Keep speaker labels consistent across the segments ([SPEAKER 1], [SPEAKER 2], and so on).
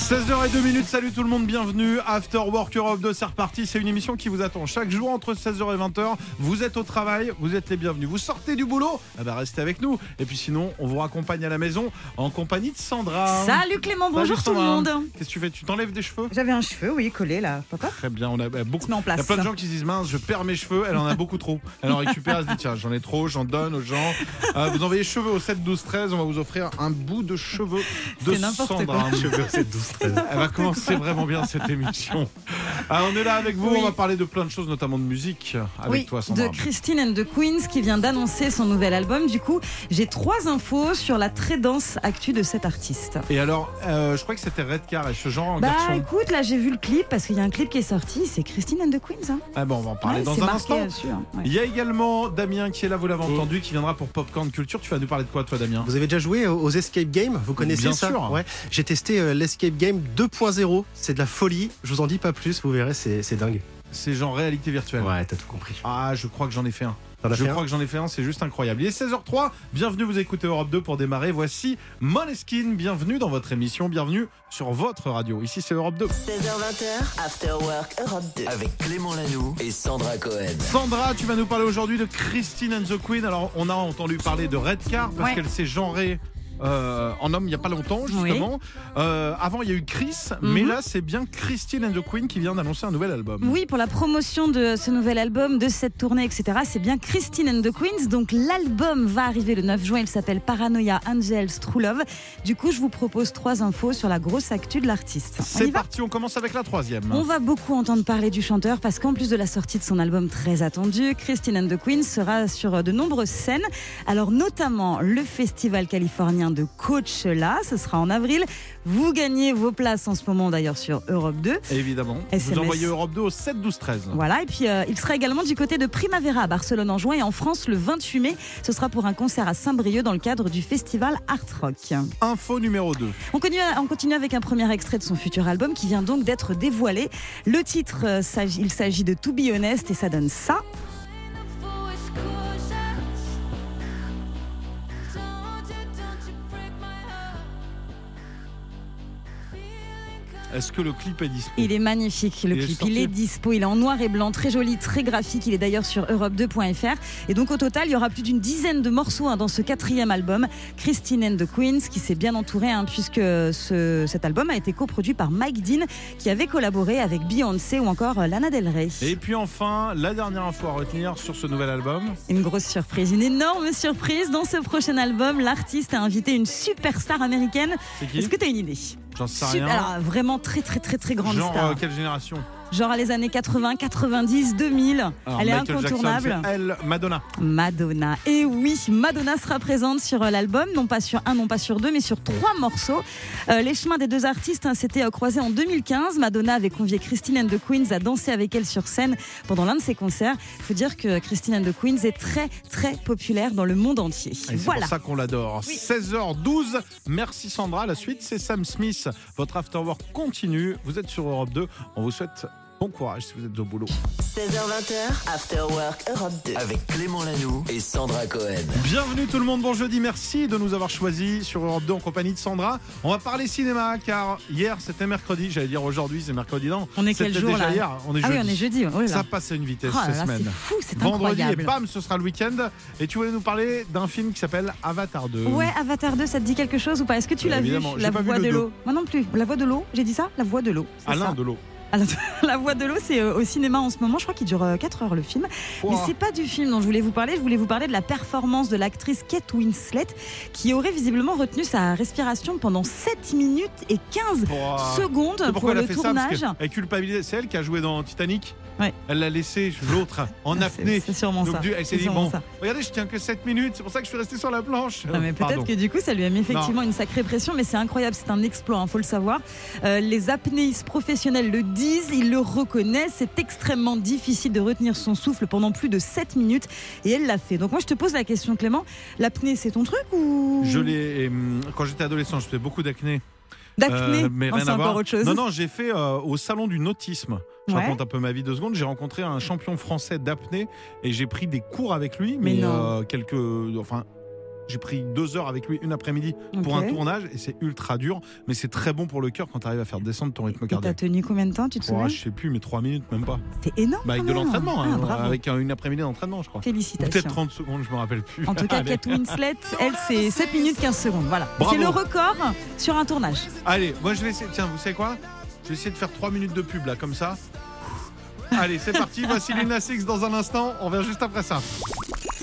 [SPEAKER 1] 16h02 minutes, salut tout le monde, bienvenue. After Work Europe 2, c'est reparti. C'est une émission qui vous attend chaque jour entre 16h et 20h. Vous êtes au travail, vous êtes les bienvenus. Vous sortez du boulot, eh ben restez avec nous. Et puis sinon, on vous raccompagne à la maison en compagnie de Sandra.
[SPEAKER 2] Salut Clément, bonjour tout le
[SPEAKER 1] Sandra.
[SPEAKER 2] monde.
[SPEAKER 1] Qu'est-ce que tu fais Tu t'enlèves des cheveux
[SPEAKER 2] J'avais un cheveu, oui, collé là, papa.
[SPEAKER 1] Très bien, on a bah, beaucoup.
[SPEAKER 2] Se met en place.
[SPEAKER 1] Il y a plein de gens qui se disent mince, je perds mes cheveux, elle en a beaucoup trop. Elle en récupère, elle se dit tiens, j'en ai trop, j'en donne aux gens. Euh, vous envoyez cheveux au 7 12 13, on va vous offrir un bout de cheveux de
[SPEAKER 2] C'est n'importe
[SPEAKER 1] Sandra. Cheveux 7 12 13. Elle va commencer vraiment bien cette émission. Ah, on est là avec vous,
[SPEAKER 2] Oui.
[SPEAKER 1] on va parler de plein de choses, notamment de musique avec
[SPEAKER 2] oui,
[SPEAKER 1] toi Sandra.
[SPEAKER 2] de Christine and the Queens qui vient d'annoncer son nouvel album. Du coup, j'ai trois infos sur la très dense actu de cet artiste.
[SPEAKER 1] Et alors, euh, je crois que c'était Redcar et ce genre en
[SPEAKER 2] Bah
[SPEAKER 1] garçon.
[SPEAKER 2] écoute, là j'ai vu le clip parce qu'il y a un clip qui est sorti, c'est Christine and the Queens. Hein.
[SPEAKER 1] Ah bon, on va en parler
[SPEAKER 2] Ouais,
[SPEAKER 1] dans
[SPEAKER 2] c'est
[SPEAKER 1] un
[SPEAKER 2] marqué
[SPEAKER 1] instant.
[SPEAKER 2] là-dessus, hein. Ouais.
[SPEAKER 1] Il y a également Damien qui est là, vous l'avez entendu, qui viendra pour Popcorn Culture. Tu vas nous parler de quoi toi Damien
[SPEAKER 3] Vous avez déjà joué aux aux escape games Vous connaissez
[SPEAKER 1] Bien
[SPEAKER 3] ça
[SPEAKER 1] sûr.
[SPEAKER 3] Ouais. J'ai testé euh, l'escape game 2.0. C'est de la folie. Je vous en dis pas plus. Vous verrez, c'est c'est dingue.
[SPEAKER 1] C'est genre réalité virtuelle.
[SPEAKER 3] Ouais, t'as tout compris.
[SPEAKER 1] Ah, je crois que j'en ai fait un.
[SPEAKER 3] T'en as
[SPEAKER 1] je
[SPEAKER 3] fait un
[SPEAKER 1] crois que j'en ai fait un, c'est juste incroyable. Il est 16h03, bienvenue, vous écoutez Europe 2 pour démarrer. Voici Moleskine, bienvenue dans votre émission, bienvenue sur votre radio. Ici c'est Europe 2.
[SPEAKER 4] 16h, 20h After Work Europe 2.
[SPEAKER 5] Avec Clément Lanoux et Sandra Cohen.
[SPEAKER 1] Sandra, tu vas nous parler aujourd'hui de Christine and the Queen. Alors, on a entendu parler de Redcar parce
[SPEAKER 2] Ouais.
[SPEAKER 1] qu'elle s'est genrée. euh, en homme il n'y a pas longtemps justement. Euh, avant il y a eu Chris, mais
[SPEAKER 2] Mhm.
[SPEAKER 1] là c'est bien Christine and the Queen qui vient d'annoncer un nouvel album.
[SPEAKER 2] Oui, pour la promotion de ce nouvel album, de cette tournée, etc., c'est bien Christine and the Queens. Donc l'album va arriver le 9 juin. Il s'appelle Paranoia Angels True Love. Du coup, je vous propose trois infos sur la grosse actu de l'artiste. On
[SPEAKER 1] C'est
[SPEAKER 2] y va
[SPEAKER 1] parti, on commence avec la troisième.
[SPEAKER 2] on va beaucoup entendre parler du chanteur parce qu'en plus de la sortie de son album très attendu, Christine and the Queen sera sur de nombreuses scènes. Alors notamment le festival californien de Coachella, ce sera en avril. Vous gagnez vos places en ce moment d'ailleurs sur Europe 2.
[SPEAKER 1] Évidemment.
[SPEAKER 2] SMS.
[SPEAKER 1] Vous envoyez Europe 2 au 7 12 13.
[SPEAKER 2] Voilà, et puis euh, il sera également du côté de Primavera à Barcelone en juin et en France le 28 mai. Ce sera pour un concert à Saint-Brieuc dans le cadre du festival Art Rock.
[SPEAKER 1] Info numéro 2.
[SPEAKER 2] On continue, on continue avec un premier extrait de son futur album qui vient donc d'être dévoilé. Le titre, euh, s'agit- il s'agit de To Be Honest et ça donne ça.
[SPEAKER 1] Est-ce que le clip est dispo
[SPEAKER 2] Il est magnifique le
[SPEAKER 1] Il est
[SPEAKER 2] clip,
[SPEAKER 1] sorti
[SPEAKER 2] il est dispo, il est en noir et blanc, très joli, très graphique, il est d'ailleurs sur europe2.fr. Et donc au total, il y aura plus d'une dizaine de morceaux hein, dans ce quatrième album, Christine and the Queens, qui s'est bien entourée, hein, puisque ce- cet album a été coproduit par Mike Dean, qui avait collaboré avec Beyoncé ou encore euh, Lana Del Rey.
[SPEAKER 1] Et puis enfin, la dernière info à retenir sur ce nouvel album.
[SPEAKER 2] Une grosse surprise, une énorme surprise. Dans ce prochain album, l'artiste a invité une superstar américaine.
[SPEAKER 1] C'est qui
[SPEAKER 2] Est-ce que tu as une idée
[SPEAKER 1] J'en sais
[SPEAKER 2] Super-
[SPEAKER 1] rien.
[SPEAKER 2] alors, vraiment très très très très grande
[SPEAKER 1] Genre
[SPEAKER 2] star.
[SPEAKER 1] euh, quelle génération
[SPEAKER 2] Genre les années 80, 90, 2000.
[SPEAKER 1] Alors,
[SPEAKER 2] Elle est
[SPEAKER 1] Michael Jackson,
[SPEAKER 2] incontournable.
[SPEAKER 1] c'est elle, Madonna.
[SPEAKER 2] Madonna. Et oui, Madonna sera présente sur euh, l'album, non pas sur un, non pas sur deux, mais sur trois morceaux. Euh, les chemins des deux artistes hein, s'étaient euh, croisés en 2015. Madonna avait convié Christine and the Queens à danser avec elle sur scène pendant l'un de ses concerts. Il faut dire que Christine and the Queens est très très populaire dans le monde entier.
[SPEAKER 1] Et c'est
[SPEAKER 2] Voilà.
[SPEAKER 1] pour ça qu'on l'adore. 16h12. Merci Sandra. La suite, c'est Sam Smith. Votre afterwork continue. Vous êtes sur Europe 2. On vous souhaite bon courage si vous êtes au boulot.
[SPEAKER 4] 16h, 20h After Work Europe 2.
[SPEAKER 5] Avec Clément Lanoux et Sandra Cohen.
[SPEAKER 1] Bienvenue tout le monde, bon jeudi, merci de nous avoir choisis sur Europe 2 en compagnie de Sandra. On va parler cinéma car hier c'était mercredi, j'allais dire aujourd'hui c'est mercredi, non
[SPEAKER 2] On est quel
[SPEAKER 1] c'était
[SPEAKER 2] jour
[SPEAKER 1] déjà
[SPEAKER 2] là
[SPEAKER 1] hier, on est
[SPEAKER 2] Ah oui,
[SPEAKER 1] jeudi.
[SPEAKER 2] on est jeudi. Oh là là.
[SPEAKER 1] Ça passe à une vitesse
[SPEAKER 2] Oh là
[SPEAKER 1] cette
[SPEAKER 2] là, c'est
[SPEAKER 1] semaine.
[SPEAKER 2] fou, c'est
[SPEAKER 1] Vendredi
[SPEAKER 2] incroyable.
[SPEAKER 1] et bam, ce sera le week-end. Et tu voulais nous parler d'un film qui s'appelle Avatar 2.
[SPEAKER 2] Ouais, Avatar 2, ça te dit quelque chose ou pas Est-ce que tu
[SPEAKER 1] Euh,
[SPEAKER 2] l'as vu
[SPEAKER 1] évidemment, j'ai
[SPEAKER 2] La
[SPEAKER 1] pas vu
[SPEAKER 2] voix
[SPEAKER 1] le Ah
[SPEAKER 2] de
[SPEAKER 1] deux.
[SPEAKER 2] l'eau. Moi non plus. La voix de l'eau, j'ai dit ça La voix de l'eau. c'est
[SPEAKER 1] Alain
[SPEAKER 2] ça.
[SPEAKER 1] Delon.
[SPEAKER 2] Alain de- La voix de l'eau, c'est euh, au cinéma en ce moment. Je crois qu'il dure 4 heures le film. Mais
[SPEAKER 1] Ouah.
[SPEAKER 2] c'est pas du film dont je voulais vous parler. Je voulais vous parler de la performance de l'actrice Kate Winslet qui aurait visiblement retenu sa respiration pendant 7 minutes et 15
[SPEAKER 1] Ouah.
[SPEAKER 2] secondes
[SPEAKER 1] Ah. C'est
[SPEAKER 2] pour
[SPEAKER 1] pourquoi elle a
[SPEAKER 2] le
[SPEAKER 1] fait
[SPEAKER 2] tournage.
[SPEAKER 1] ça Parce que elle culpabilisait. C'est elle qui a joué dans Titanic.
[SPEAKER 2] Ouais.
[SPEAKER 1] Elle l'a laissé l'autre en
[SPEAKER 2] C'est-
[SPEAKER 1] apnée.
[SPEAKER 2] C'est sûrement
[SPEAKER 1] Donc
[SPEAKER 2] ça.
[SPEAKER 1] du- elle s'est
[SPEAKER 2] C'est
[SPEAKER 1] dit
[SPEAKER 2] sûrement
[SPEAKER 1] bon,
[SPEAKER 2] ça.
[SPEAKER 1] regardez, je tiens que 7 minutes. C'est pour ça que je suis resté sur la planche.
[SPEAKER 2] Non, mais
[SPEAKER 1] Pardon.
[SPEAKER 2] peut-être que du coup, ça lui a mis effectivement une sacrée pression, mais c'est incroyable, c'est un exploit, il faut le savoir. Euh, les apnéistes professionnels le disent, ils le reconnaissent, c'est extrêmement difficile de retenir son souffle pendant plus de 7 minutes, et elle l'a fait. Donc moi, je te pose la question, Clément, l'apnée, c'est ton truc ou...
[SPEAKER 1] hum, Je l'ai. euh, Quand j'étais adolescent, je faisais beaucoup d'acné.
[SPEAKER 2] D'acné.
[SPEAKER 1] Euh, mais
[SPEAKER 2] Non,
[SPEAKER 1] rien
[SPEAKER 2] Ah, c'est
[SPEAKER 1] à voir.
[SPEAKER 2] encore autre chose.
[SPEAKER 1] Non, non, j'ai fait euh, au salon du nautisme. Je
[SPEAKER 2] Ouais.
[SPEAKER 1] raconte un peu ma vie deux secondes. J'ai rencontré un champion français d'apnée et j'ai pris des cours avec lui,
[SPEAKER 2] Mais
[SPEAKER 1] mais,
[SPEAKER 2] non.
[SPEAKER 1] euh, quelques. Enfin, j'ai pris deux heures avec lui, une après-midi, pour
[SPEAKER 2] Ok.
[SPEAKER 1] un tournage et c'est ultra dur, mais c'est très bon pour le cœur quand tu arrives à faire descendre ton rythme
[SPEAKER 2] Et t'as
[SPEAKER 1] cardiaque.
[SPEAKER 2] tenu combien de temps, tu te
[SPEAKER 1] Oh,
[SPEAKER 2] souviens
[SPEAKER 1] je sais plus, mais trois minutes, même pas.
[SPEAKER 2] C'est énorme.
[SPEAKER 1] Bah, avec
[SPEAKER 2] quand
[SPEAKER 1] de
[SPEAKER 2] même.
[SPEAKER 1] l'entraînement,
[SPEAKER 2] Ah,
[SPEAKER 1] hein,
[SPEAKER 2] bravo.
[SPEAKER 1] avec un- une après-midi d'entraînement, je crois. Ou
[SPEAKER 2] Félicitations.
[SPEAKER 1] peut-être 30 secondes, je me rappelle plus.
[SPEAKER 2] En tout cas,
[SPEAKER 1] Allez.
[SPEAKER 2] Kate Winslet, elle, c'est 7 minutes 15 secondes. Voilà.
[SPEAKER 1] Bravo.
[SPEAKER 2] C'est le record sur un tournage.
[SPEAKER 1] Allez, moi je vais essayer. Tiens, vous savez quoi Je vais essayer de faire 3 minutes de pub là, comme ça. Allez, c'est parti. Voici Luna Six dans un instant. On revient juste après ça.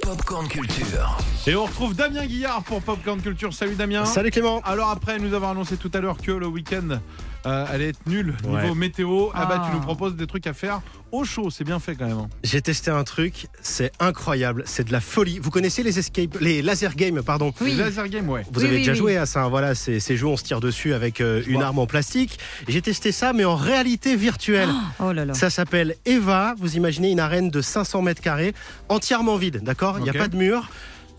[SPEAKER 5] Popcorn Culture.
[SPEAKER 1] Et on retrouve Damien Guillard pour Popcorn Culture. Salut Damien.
[SPEAKER 3] Salut Clément.
[SPEAKER 1] Alors après nous avoir annoncé tout à l'heure que le week-end euh, allait être nul
[SPEAKER 3] Ouais.
[SPEAKER 1] niveau météo, ah. bah
[SPEAKER 2] Ah.
[SPEAKER 1] tu nous proposes des trucs à faire au chaud, c'est bien fait quand même. hein.
[SPEAKER 3] J'ai testé un truc, c'est incroyable, c'est de la folie. Vous connaissez les escape, les laser games, pardon.
[SPEAKER 1] Les laser game, ouais.
[SPEAKER 3] Vous
[SPEAKER 2] Oui,
[SPEAKER 3] avez
[SPEAKER 2] oui,
[SPEAKER 3] déjà
[SPEAKER 2] oui.
[SPEAKER 3] joué à ça, hein, voilà, ces, ces jeux, on se tire dessus avec euh, une arme en plastique. J'ai testé ça, mais en réalité virtuelle.
[SPEAKER 2] Oh là là.
[SPEAKER 3] Ça s'appelle Eva. Vous imaginez une arène de 500 mètres carrés, entièrement vide, d'accord Il n'y a
[SPEAKER 1] Ok.
[SPEAKER 3] pas de mur.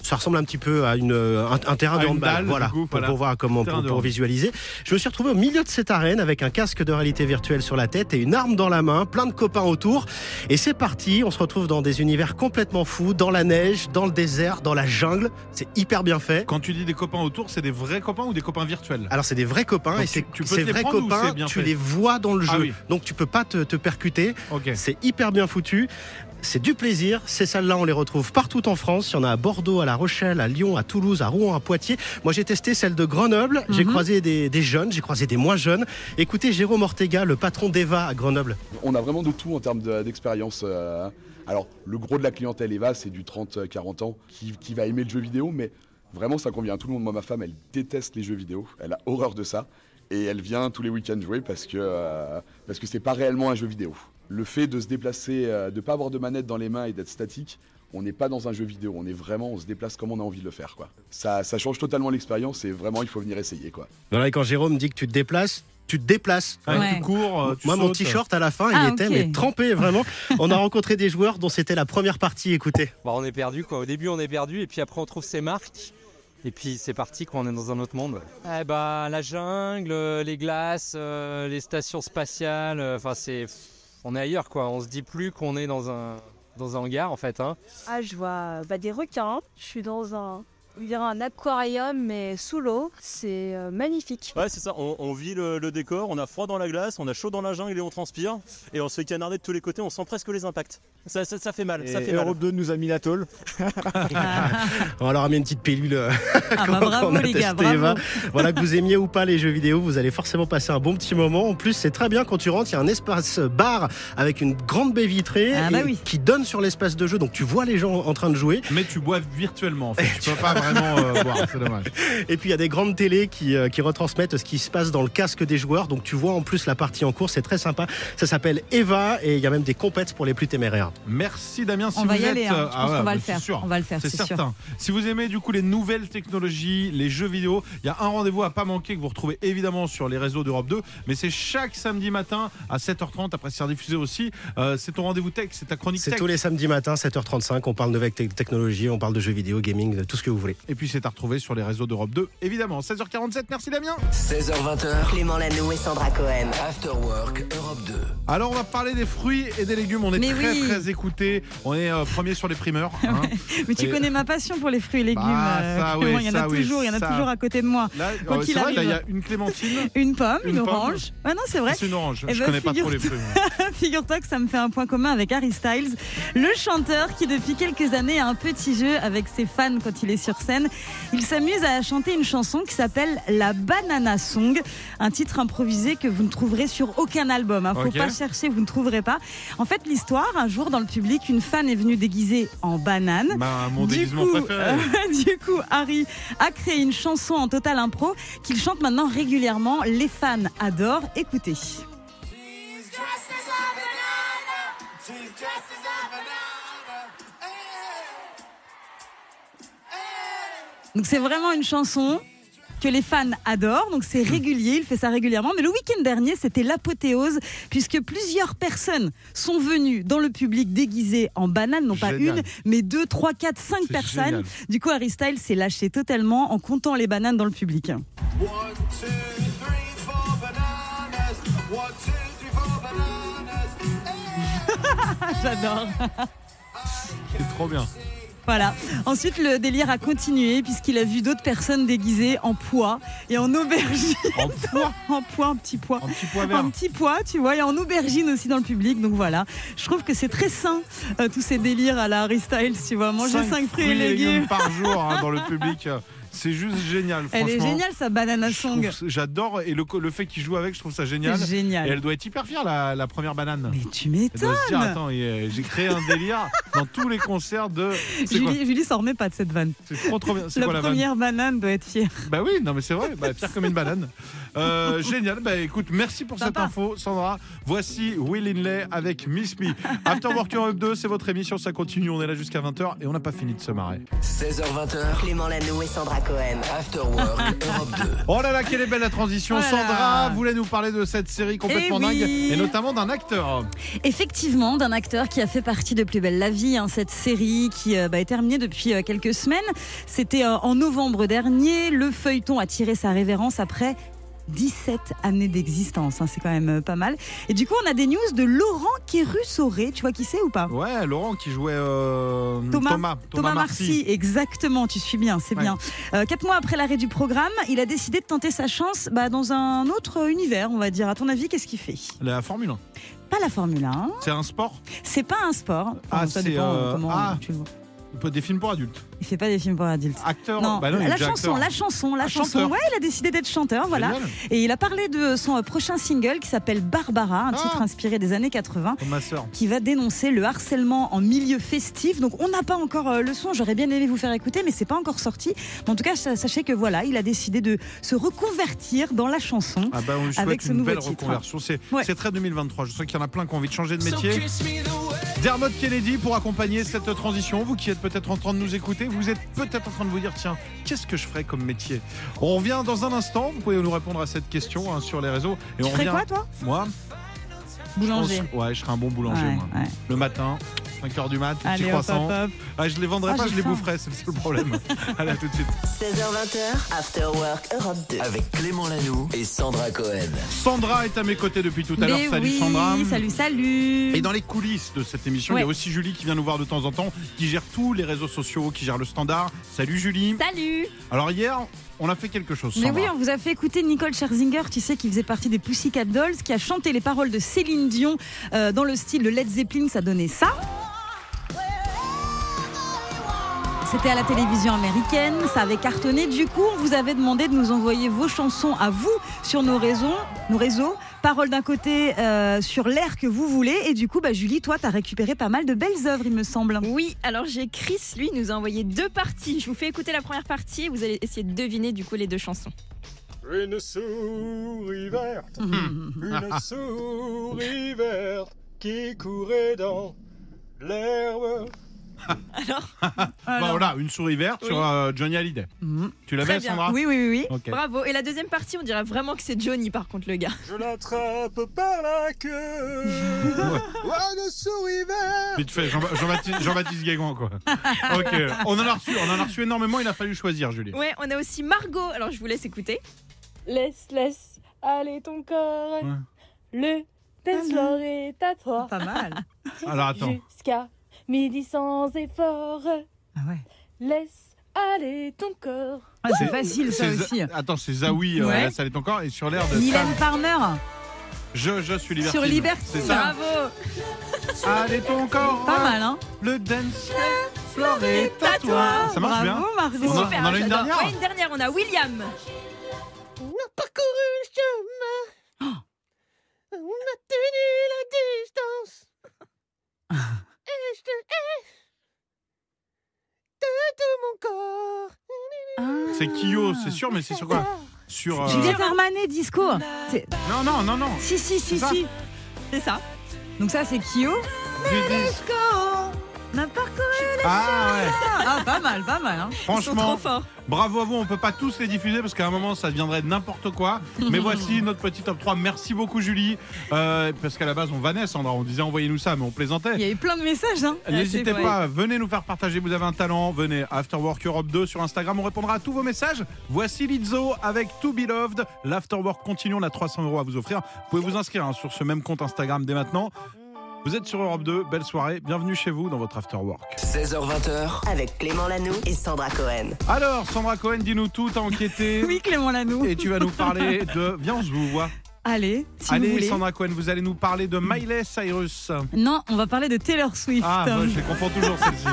[SPEAKER 3] Ça ressemble un petit peu à une, euh, un, un
[SPEAKER 1] À
[SPEAKER 3] terrain de
[SPEAKER 1] une
[SPEAKER 3] handball,
[SPEAKER 1] dalle,
[SPEAKER 3] voilà,
[SPEAKER 1] du coup,
[SPEAKER 3] pour,
[SPEAKER 1] voilà.
[SPEAKER 3] pour voir comment
[SPEAKER 1] Terrain
[SPEAKER 3] pour,
[SPEAKER 1] de
[SPEAKER 3] pour
[SPEAKER 1] hand.
[SPEAKER 3] visualiser. Je me suis retrouvé au milieu de cette arène avec un casque de réalité virtuelle sur la tête et une arme dans la main, plein de copains autour. Et c'est parti, on se retrouve dans des univers complètement fous, dans la neige, dans le désert, dans la jungle. C'est hyper bien fait.
[SPEAKER 1] Quand tu dis des copains autour, c'est des vrais copains ou des copains virtuels
[SPEAKER 3] Alors c'est des vrais copains
[SPEAKER 1] Donc,
[SPEAKER 3] et c'est
[SPEAKER 1] tu- tu peux
[SPEAKER 3] ces
[SPEAKER 1] te les
[SPEAKER 3] vrais
[SPEAKER 1] prendre ou
[SPEAKER 3] copains,
[SPEAKER 1] c'est bien
[SPEAKER 3] tu
[SPEAKER 1] fait
[SPEAKER 3] les vois dans le jeu,
[SPEAKER 1] Ah oui.
[SPEAKER 3] donc tu peux pas te- te percuter.
[SPEAKER 1] Ok.
[SPEAKER 3] C'est hyper bien foutu. C'est du plaisir. Ces salles-là, on les retrouve partout en France. Il y en a à Bordeaux, à La Rochelle, à Lyon, à Toulouse, à Rouen, à Poitiers. Moi, j'ai testé celle de Grenoble. J'ai
[SPEAKER 2] Mhm.
[SPEAKER 3] croisé des, des jeunes, j'ai croisé des moins jeunes. Écoutez Jérôme Ortega, le patron d'Eva à Grenoble.
[SPEAKER 6] On a vraiment de tout en termes de- d'expérience. euh, alors, le gros de la clientèle Eva, c'est du 30-40 ans qui, qui va aimer le jeu vidéo, mais vraiment, ça convient à tout le monde. Moi, ma femme, elle déteste les jeux vidéo, elle a horreur de ça, et elle vient tous les week-ends jouer parce que euh, parce que c'est pas réellement un jeu vidéo. Le fait de se déplacer, euh, de pas avoir de manette dans les mains et d'être statique, on n'est pas dans un jeu vidéo, on est vraiment, on se déplace comme on a envie de le faire, quoi. Ça, ça change totalement l'expérience et vraiment, il faut venir essayer, quoi.
[SPEAKER 3] Voilà, et quand Jérôme dit que tu te déplaces, tu te déplaces. Hein
[SPEAKER 1] Ah,
[SPEAKER 2] Ouais.
[SPEAKER 1] Tu cours, euh, tu
[SPEAKER 3] Moi, mon
[SPEAKER 1] sautes.
[SPEAKER 3] t-shirt à la fin,
[SPEAKER 2] Ah,
[SPEAKER 3] il était
[SPEAKER 2] ok.
[SPEAKER 3] mais trempé, vraiment. on a rencontré des joueurs dont c'était la première partie. Écoutez.
[SPEAKER 7] Bah, on est perdu quoi. Au début on est perdu et puis après on trouve ses marques. Et puis c'est parti quoi, on est dans un autre monde. Eh ben la jungle, euh, les glaces, euh, les stations spatiales, euh, enfin c'est. On est ailleurs quoi, on se dit plus qu'on est dans un dans un hangar en fait hein.
[SPEAKER 8] Ah, je vois bah, des requins. Je suis dans un, on dirait un aquarium, mais sous l'eau. C'est euh, magnifique.
[SPEAKER 9] Ouais, c'est ça, on, on vit le, le décor, on a froid dans la glace, on a chaud dans la jungle et on transpire, et on se fait canarder de tous les côtés, on sent presque les impacts. Ça, ça, ça fait mal, ça fait mal.
[SPEAKER 10] 2 nous a mis la tôle.
[SPEAKER 2] Ah,
[SPEAKER 3] On leur a mis une petite pilule. euh,
[SPEAKER 2] ah, bah,
[SPEAKER 3] Quand on
[SPEAKER 2] bravo
[SPEAKER 3] a
[SPEAKER 2] les gars,
[SPEAKER 3] testé
[SPEAKER 2] bravo.
[SPEAKER 3] Eva. Voilà que vous aimiez ou pas les jeux vidéo, vous allez forcément passer un bon petit moment. En plus, c'est très bien quand tu rentres, il y a un espace bar avec une grande baie vitrée
[SPEAKER 2] Ah bah
[SPEAKER 3] et-
[SPEAKER 2] oui.
[SPEAKER 3] qui donne sur l'espace de jeu. Donc tu vois les gens en train de jouer.
[SPEAKER 1] Mais tu bois virtuellement en fait. Tu peux pas vraiment euh, boire, c'est dommage.
[SPEAKER 3] Et puis il y a des grandes télés qui, euh, qui retransmettent ce qui se passe dans le casque des joueurs. Donc tu vois en plus la partie en cours, c'est très sympa. Ça s'appelle Eva et il y a même des compètes pour les plus téméraires.
[SPEAKER 1] Merci Damien. Si
[SPEAKER 2] on va
[SPEAKER 1] vous
[SPEAKER 2] y
[SPEAKER 1] êtes,
[SPEAKER 2] aller, hein. je
[SPEAKER 1] euh,
[SPEAKER 2] pense
[SPEAKER 1] ah ouais,
[SPEAKER 2] qu'on va
[SPEAKER 1] bah,
[SPEAKER 2] le
[SPEAKER 1] c'est
[SPEAKER 2] faire.
[SPEAKER 1] sûr.
[SPEAKER 2] On va le faire,
[SPEAKER 1] C'est
[SPEAKER 2] c'est sûr.
[SPEAKER 1] certain. Si vous aimez du coup les nouvelles technologies, les jeux vidéo, il y a un rendez-vous à pas manquer que vous retrouvez évidemment sur les réseaux d'Europe 2, mais c'est chaque samedi matin à 7h30 après c'est diffusé aussi. Euh, c'est ton rendez-vous tech, c'est ta chronique
[SPEAKER 3] C'est
[SPEAKER 1] tech.
[SPEAKER 3] tous les samedis matins, 7h35. On parle de nouvelles te- technologies, on parle de jeux vidéo, gaming, de tout ce que vous voulez.
[SPEAKER 1] Et puis c'est à retrouver sur les réseaux d'Europe 2 évidemment. 16h47, merci Damien.
[SPEAKER 5] 16h20h.
[SPEAKER 4] Clément Lano et Sandra Cohen.
[SPEAKER 5] After Work Europe 2.
[SPEAKER 1] Alors on va parler des fruits et des légumes, on est
[SPEAKER 2] Mais
[SPEAKER 1] très
[SPEAKER 2] oui.
[SPEAKER 1] très écoutés, on est euh, premier sur les primeurs. hein.
[SPEAKER 2] Mais tu
[SPEAKER 1] Et-
[SPEAKER 2] connais ma passion pour les fruits et légumes.
[SPEAKER 1] Ah,
[SPEAKER 2] euh,
[SPEAKER 1] ça,
[SPEAKER 2] Clément,
[SPEAKER 1] oui,
[SPEAKER 2] il y en a
[SPEAKER 1] ça, oui,
[SPEAKER 2] toujours, il y en a
[SPEAKER 1] ça.
[SPEAKER 2] toujours à côté de moi.
[SPEAKER 1] Là,
[SPEAKER 2] Quoi
[SPEAKER 1] euh,
[SPEAKER 2] qu'il
[SPEAKER 1] c'est vrai, là,
[SPEAKER 2] arrive.
[SPEAKER 1] il y a une clémentine,
[SPEAKER 2] Une pomme, une,
[SPEAKER 1] Une pomme.
[SPEAKER 2] orange. Ah non, c'est vrai.
[SPEAKER 1] c'est une orange.
[SPEAKER 2] Eh
[SPEAKER 1] Je
[SPEAKER 2] ben,
[SPEAKER 1] connais pas trop les
[SPEAKER 2] figure-toi.
[SPEAKER 1] fruits. moi.
[SPEAKER 2] Figure-toi que ça me fait un point commun avec Harry Styles, le chanteur qui depuis quelques années a un petit jeu avec ses fans quand il est sur scène. Il s'amuse à chanter une chanson qui s'appelle La Banana Song, un titre improvisé que vous ne trouverez sur aucun album. Hein. Faut
[SPEAKER 1] Ok.
[SPEAKER 2] pas chercher, vous ne trouverez pas. En fait, l'histoire, un jour dans le public, une fan est venue déguisée en banane.
[SPEAKER 1] Bah, mon
[SPEAKER 2] Du
[SPEAKER 1] déguisement
[SPEAKER 2] coup,
[SPEAKER 1] préféré.
[SPEAKER 2] euh, du coup, Harry a créé une chanson en totale impro qu'il chante maintenant régulièrement. Les fans adorent. Écoutez. Donc c'est vraiment une chanson que les fans adorent, donc c'est régulier, il fait ça régulièrement. Mais le week-end dernier, c'était l'apothéose, puisque plusieurs personnes sont venues dans le public déguisées en banane, non pas
[SPEAKER 1] Génial.
[SPEAKER 2] une, mais deux, trois, quatre, cinq
[SPEAKER 1] C'est
[SPEAKER 2] personnes.
[SPEAKER 1] génial.
[SPEAKER 2] Du coup, Harry Styles s'est lâché totalement en comptant les bananes dans le public.
[SPEAKER 10] One, two, three,
[SPEAKER 2] J'adore. euh,
[SPEAKER 1] C'est trop bien.
[SPEAKER 2] Voilà. Ensuite, le délire a continué puisqu'il a vu d'autres personnes déguisées en pois et en aubergine.
[SPEAKER 1] En poids,
[SPEAKER 2] En pois, en petit pois.
[SPEAKER 1] en petit pois vert.
[SPEAKER 2] Un petit pois, tu vois, et en aubergine aussi dans le public. Donc voilà, je trouve que c'est très sain, euh, tous ces délires à la Harry Styles, tu vois. Manger 5 fruits, et légumes.
[SPEAKER 1] par jour hein, dans le public. euh, C'est juste génial,
[SPEAKER 2] Elle est
[SPEAKER 1] franchement.
[SPEAKER 2] géniale, sa banana
[SPEAKER 1] Je
[SPEAKER 2] song.
[SPEAKER 1] trouve ça- J'adore et le, co- le fait qu'il joue avec, je trouve ça génial.
[SPEAKER 2] C'est
[SPEAKER 1] Et
[SPEAKER 2] génial.
[SPEAKER 1] elle doit être hyper fière, la, la première banane.
[SPEAKER 2] Mais tu
[SPEAKER 1] Elle doit
[SPEAKER 2] m'étonnes.
[SPEAKER 1] se dire, attends, et, euh, j'ai créé un délire dans tous les concerts de. C'est quoi
[SPEAKER 2] Julie, Julie s'en remet pas de cette vanne.
[SPEAKER 1] C'est trop trop bien. C'est
[SPEAKER 2] La
[SPEAKER 1] quoi la vanne
[SPEAKER 2] première banane doit être fière.
[SPEAKER 1] Bah oui, non mais c'est vrai, bah, pire comme une banane. Euh, génial, bah écoute, merci pour cette
[SPEAKER 2] Sympa.
[SPEAKER 1] info Sandra. Voici Will Inlay avec Miss Me. After Work Europe 2, c'est votre émission, ça continue, on est là jusqu'à 20h et on n'a pas fini de se marrer.
[SPEAKER 5] 16h20h,
[SPEAKER 4] Clément Lano et Sandra Cohen.
[SPEAKER 5] After Work Europe 2.
[SPEAKER 1] Oh là là, quelle est belle la transition.
[SPEAKER 2] Voilà.
[SPEAKER 1] Sandra voulait nous parler de cette série complètement
[SPEAKER 2] Oh Eh oui.
[SPEAKER 1] dingue et notamment d'un acteur.
[SPEAKER 2] Effectivement, d'un acteur qui a fait partie de Plus belle la vie, hein, cette série qui euh, bah, est terminée depuis euh, quelques semaines. C'était euh, en novembre dernier. Le feuilleton a tiré sa révérence après 17 années d'existence. hein, c'est quand même euh, pas mal. Et du coup, on a des news de Laurent Kérusoré. Tu vois qui c'est ou pas
[SPEAKER 1] Ouais, Laurent qui jouait euh,
[SPEAKER 2] Thomas-
[SPEAKER 1] Thomas, Thomas,
[SPEAKER 2] Thomas Marcy, exactement, tu suis bien, c'est
[SPEAKER 1] Ouais.
[SPEAKER 2] bien. Euh, quatre mois après l'arrêt du programme, il a décidé de tenter sa chance bah, dans un autre euh, univers, on va dire. À ton avis, qu'est-ce qu'il fait
[SPEAKER 1] La Formule 1,
[SPEAKER 2] Pas la Formule 1,
[SPEAKER 1] c'est un sport
[SPEAKER 2] c'est pas un sport. Enfin,
[SPEAKER 1] Ah,
[SPEAKER 2] ça
[SPEAKER 1] c'est,
[SPEAKER 2] dépend euh,
[SPEAKER 1] euh,
[SPEAKER 2] comment
[SPEAKER 1] ah.
[SPEAKER 2] tu le vois.
[SPEAKER 1] Des films pour adultes.
[SPEAKER 2] Il fait pas des films pour adultes.
[SPEAKER 1] Acteur
[SPEAKER 2] Non,
[SPEAKER 1] bah non, il est
[SPEAKER 2] la,
[SPEAKER 1] déjà
[SPEAKER 2] chanson,
[SPEAKER 1] acteur.
[SPEAKER 2] la chanson, la
[SPEAKER 1] Ah,
[SPEAKER 2] chanson,
[SPEAKER 1] chanteur.
[SPEAKER 2] Ouais, il a décidé d'être chanteur, voilà.
[SPEAKER 1] Génial.
[SPEAKER 2] Et il a parlé de son euh, prochain single qui s'appelle Barbara, un
[SPEAKER 1] Ah.
[SPEAKER 2] titre inspiré des années 80
[SPEAKER 1] Comme ma sœur.
[SPEAKER 2] qui va dénoncer le harcèlement en milieu festif. Donc on n'a pas encore euh, le son, j'aurais bien aimé vous faire écouter, mais c'est pas encore sorti. Mais en tout cas, sa- sachez que voilà, il a décidé de se reconvertir dans la chanson.
[SPEAKER 1] Ah bah on lui souhaite
[SPEAKER 2] Avec ce
[SPEAKER 1] une
[SPEAKER 2] nouveau
[SPEAKER 1] belle
[SPEAKER 2] titre.
[SPEAKER 1] reconversion. C'est
[SPEAKER 2] Ouais.
[SPEAKER 1] c'est très 2023. Je sais qu'il y en a plein qui ont envie de changer de métier. Dermot Kennedy pour accompagner cette transition. Vous qui êtes peut-être en train de nous écouter, vous êtes peut-être en train de vous dire tiens, qu'est-ce que je ferais comme métier On revient dans un instant. Vous pouvez nous répondre à cette question hein, sur les réseaux. Et on
[SPEAKER 2] tu ferais
[SPEAKER 1] revient.
[SPEAKER 2] quoi toi
[SPEAKER 1] moi, je pense-
[SPEAKER 2] Boulanger.
[SPEAKER 1] ouais, je serais un bon boulanger.
[SPEAKER 2] Ouais,
[SPEAKER 1] moi.
[SPEAKER 2] ouais.
[SPEAKER 1] Le matin, 5h du mat, petit
[SPEAKER 2] Allez, hop,
[SPEAKER 1] croissant.
[SPEAKER 2] hop, hop.
[SPEAKER 1] Ah, je les vendrais
[SPEAKER 2] Ah,
[SPEAKER 1] pas,
[SPEAKER 2] j'ai
[SPEAKER 1] je les
[SPEAKER 2] faim.
[SPEAKER 1] boufferais. C'est le seul problème. Allez, à tout de suite.
[SPEAKER 4] 16h20, After Work Europe 2.
[SPEAKER 5] Avec Clément Lanoux et Sandra Cohen.
[SPEAKER 1] Sandra est à mes côtés depuis tout à l'heure.
[SPEAKER 2] Mais
[SPEAKER 1] Salut
[SPEAKER 2] oui,
[SPEAKER 1] Sandra.
[SPEAKER 2] Salut, salut.
[SPEAKER 1] Et dans les coulisses de cette émission, il y a
[SPEAKER 2] Ouais.
[SPEAKER 1] aussi Julie qui vient nous voir de temps en temps, qui gère tous les réseaux sociaux, qui gère le standard. Salut Julie.
[SPEAKER 2] Salut.
[SPEAKER 1] Alors hier, on a fait quelque chose.
[SPEAKER 2] Mais
[SPEAKER 1] Sandra.
[SPEAKER 2] oui, on vous a fait écouter Nicole Scherzinger, tu sais, qui faisait partie des Pussycat Dolls, qui a chanté les paroles de Céline Dion euh, dans le style de Led Zeppelin, ça donnait ça. C'était à la télévision américaine, ça avait cartonné. Du coup, on vous avait demandé de nous envoyer vos chansons à vous sur nos réseaux, nos réseaux. Paroles d'un côté euh, sur l'air que vous voulez. Et du coup, bah, Julie, toi, t'as récupéré pas mal de belles œuvres, il me semble.
[SPEAKER 10] Oui, alors j'ai Chris, lui, nous a envoyé deux parties. Je vous fais écouter la première partie et vous allez essayer de deviner du coup les deux chansons.
[SPEAKER 11] Une souris verte,
[SPEAKER 2] Mm.
[SPEAKER 11] une souris verte qui courait dans l'herbe.
[SPEAKER 1] Bah,
[SPEAKER 2] Alors,
[SPEAKER 1] voilà, une souris verte sur euh, Johnny Hallyday.
[SPEAKER 2] Mhm.
[SPEAKER 1] Tu l'avais,
[SPEAKER 10] Très bien.
[SPEAKER 1] Sandra
[SPEAKER 2] Oui, oui, oui, oui.
[SPEAKER 1] Ok.
[SPEAKER 10] Bravo. Et la deuxième partie, on dirait vraiment que c'est Johnny par contre, le gars.
[SPEAKER 11] Je l'attrape par la queue. Une souris verte.
[SPEAKER 1] Vite fait, Jean- Jean-Baptiste Jean baptiste Guégan, quoi. Ok, on en a reçu, on en a reçu énormément, il a fallu choisir, Julie.
[SPEAKER 10] Ouais, on a aussi Margot. Alors je vous laisse écouter.
[SPEAKER 12] Laisse, laisse aller ton corps.
[SPEAKER 1] Ouais.
[SPEAKER 12] Le
[SPEAKER 8] Ah,
[SPEAKER 12] Tesla est à toi.
[SPEAKER 2] Pas mal.
[SPEAKER 1] Alors attends.
[SPEAKER 12] Jusqu'à midi sans effort.
[SPEAKER 2] Ah ouais.
[SPEAKER 12] Laisse aller ton corps.
[SPEAKER 2] Ah, c'est facile, ça
[SPEAKER 1] c'est Za-
[SPEAKER 2] aussi. hein.
[SPEAKER 1] Attends, c'est Zawi, euh,
[SPEAKER 2] Ouais.
[SPEAKER 1] la salle est encore, et sur l'air de
[SPEAKER 2] Mylène
[SPEAKER 1] Sam,
[SPEAKER 2] Farmer.
[SPEAKER 1] je, je suis libertine.
[SPEAKER 2] Sur Libertine.
[SPEAKER 1] C'est ça.
[SPEAKER 10] Bravo.
[SPEAKER 1] Allez, ton corps.
[SPEAKER 2] Pas mal, hein
[SPEAKER 1] Le dance.
[SPEAKER 2] Floretta, toi
[SPEAKER 1] Ça marche
[SPEAKER 2] Bravo,
[SPEAKER 1] bien. On en-
[SPEAKER 2] Margot
[SPEAKER 1] on en a une
[SPEAKER 10] j'adore.
[SPEAKER 1] dernière
[SPEAKER 10] Ouais, une dernière. On a William.
[SPEAKER 1] C'est Kyo, c'est sûr, mais c'est sur quoi Sur. euh,
[SPEAKER 2] Juliette Armanet, disco
[SPEAKER 1] Non, non, non, non.
[SPEAKER 2] Si, si,
[SPEAKER 1] C'est
[SPEAKER 2] si,
[SPEAKER 1] ça
[SPEAKER 2] si
[SPEAKER 10] C'est ça.
[SPEAKER 2] Donc ça, c'est Kyo.
[SPEAKER 1] Du disque. Ah ouais.
[SPEAKER 2] Ah, pas mal, pas mal, hein
[SPEAKER 10] Ils sont trop
[SPEAKER 1] Franchement,
[SPEAKER 10] forts.
[SPEAKER 1] bravo à vous. On peut pas tous les diffuser parce qu'à un moment, ça deviendrait n'importe quoi. Mais voici notre petit top 3. Merci beaucoup, Julie. Euh, parce qu'à la base, on vannait, Sandra. On disait envoyez-nous ça, mais on plaisantait.
[SPEAKER 2] Il y a eu plein de messages, hein
[SPEAKER 1] N'hésitez
[SPEAKER 10] Ah, c'est
[SPEAKER 1] pas, venez nous faire partager, vous avez un talent, venez Afterwork Europe 2 sur Instagram, on répondra à tous vos messages. Voici Lizzo avec To Be Loved, l'Afterwork continue, on a 300 euros à vous offrir. Vous pouvez vous inscrire hein, sur ce même compte Instagram dès maintenant. Vous êtes sur Europe 2, belle soirée, bienvenue chez vous dans votre After Work.
[SPEAKER 4] 16h20h. Avec Clément Lanoux et Sandra Cohen.
[SPEAKER 1] Alors, Sandra Cohen, dis-nous tout, t'as enquêté.
[SPEAKER 2] oui, Clément Lanoux.
[SPEAKER 1] Et tu vas nous parler de. Viens, on se vous voit.
[SPEAKER 2] Allez, si
[SPEAKER 1] Allez,
[SPEAKER 2] vous voulez.
[SPEAKER 1] Sandra Cohen, vous allez nous parler de Miley Cyrus.
[SPEAKER 2] Non, on va parler de Taylor Swift.
[SPEAKER 1] Ah, moi, je les confonds toujours, celle-ci.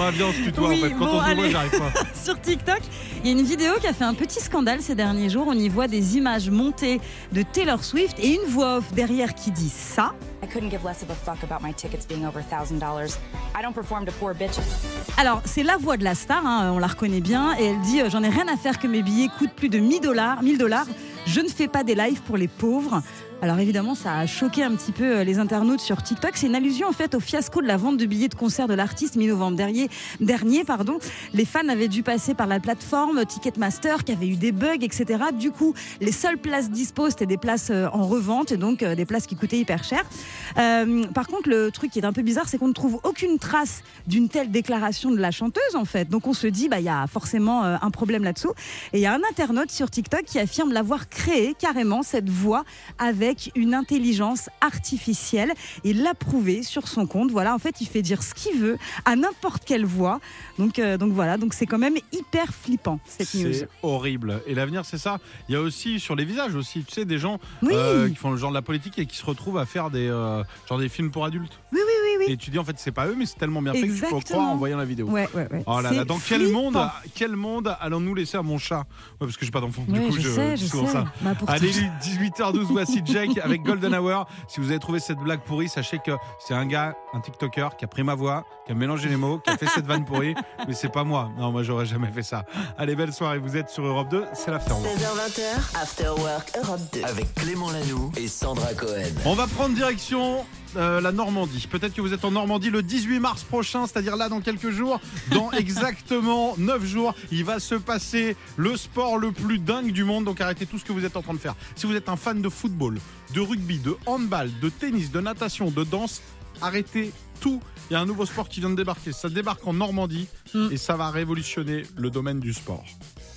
[SPEAKER 1] Ouais, viens, on se tutoie,
[SPEAKER 2] Oui,
[SPEAKER 1] en fait. Quand
[SPEAKER 2] bon,
[SPEAKER 1] on se voit,
[SPEAKER 2] allez.
[SPEAKER 1] j'arrive pas.
[SPEAKER 2] Sur TikTok, il y a une vidéo qui a fait un petit scandale ces derniers jours. On y voit des images montées de Taylor Swift et une voix off derrière qui dit ça.
[SPEAKER 13] I couldn't give less of a fuck about my tickets being over $1,000. I don't perform to poor bitches.
[SPEAKER 2] Alors, c'est la voix de la star, hein, on la reconnaît bien, et elle dit euh, J'en ai rien à faire que mes billets coûtent plus de 1000 dollars. 1000 dollars. Je ne fais pas des lives pour les pauvres. Alors évidemment, ça a choqué un petit peu euh, les internautes sur TikTok. C'est une allusion en fait au fiasco de la vente de billets de concert de l'artiste mi-novembre dernier. dernier pardon. Les fans avaient dû passer par la plateforme Ticketmaster qui avait eu des bugs, etc. Du coup, les seules places dispo, c'était des places euh, en revente, et donc euh, des places qui coûtaient hyper cher. Euh, par contre, le truc qui est un peu bizarre, c'est qu'on ne trouve aucune trace d'une telle déclaration de la chanteuse, en fait. Donc on se dit, bah, il y a forcément euh, un problème là-dessous. Et il y a un internaute sur TikTok qui affirme l'avoir créée carrément, cette voix, avec une intelligence artificielle. Il l'a prouvé sur son compte. Voilà, en fait, il fait dire ce qu'il veut à n'importe quelle voix. Donc, euh, donc voilà, donc c'est quand même hyper flippant, cette news.
[SPEAKER 1] C'est horrible. Et l'avenir, c'est ça. Il y a aussi sur les visages aussi, tu sais, des gens
[SPEAKER 2] Oui.
[SPEAKER 1] euh, qui font le genre de la politique et qui se retrouvent à faire des euh, genre des films pour adultes.
[SPEAKER 2] Oui, oui, oui,
[SPEAKER 1] Et tu dis en fait, c'est pas eux, mais c'est tellement bien fait que tu peux
[SPEAKER 2] Exactement.
[SPEAKER 1] croire en voyant la vidéo.
[SPEAKER 2] Ouais, ouais, ouais.
[SPEAKER 1] Oh là là,
[SPEAKER 2] C'est
[SPEAKER 1] dans quel
[SPEAKER 2] flippant.
[SPEAKER 1] monde, quel monde allons-nous laisser à mon chat Ouais, Parce que j'ai pas d'enfant. du
[SPEAKER 2] Ouais,
[SPEAKER 1] coup,
[SPEAKER 2] je
[SPEAKER 1] je,
[SPEAKER 2] sais,
[SPEAKER 1] dis
[SPEAKER 2] je
[SPEAKER 1] souvent
[SPEAKER 2] sais.
[SPEAKER 1] ça.
[SPEAKER 2] Bah, pour
[SPEAKER 1] Allez,
[SPEAKER 2] tout-
[SPEAKER 1] 18h12, voici Jack avec Golden Hour. Si vous avez trouvé cette blague pourrie, sachez que c'est un gars, un TikToker, qui a pris ma voix, qui a mélangé les mots, qui a fait cette vanne pourrie. Mais c'est pas moi. Non, moi, j'aurais jamais fait ça. Allez, belle soirée. Vous êtes sur Europe 2, c'est l'afterwork.
[SPEAKER 4] 16h20h. After Work Europe 2.
[SPEAKER 5] Avec Clément Lanoux et Sandra Cohen.
[SPEAKER 1] On va prendre direction euh, la Normandie. Peut-être que vous êtes en Normandie le 18 mars prochain, c'est-à-dire là dans quelques jours. Dans exactement 9 jours, il va se passer le sport le plus dingue du monde. Donc arrêtez tout ce que vous êtes en train de faire. Si vous êtes un fan de football, de rugby, de handball, de tennis, de natation, de danse, arrêtez tout. Il y a un nouveau sport qui vient de débarquer. Ça débarque en Normandie
[SPEAKER 2] Hmm.
[SPEAKER 1] et ça va révolutionner le domaine du sport.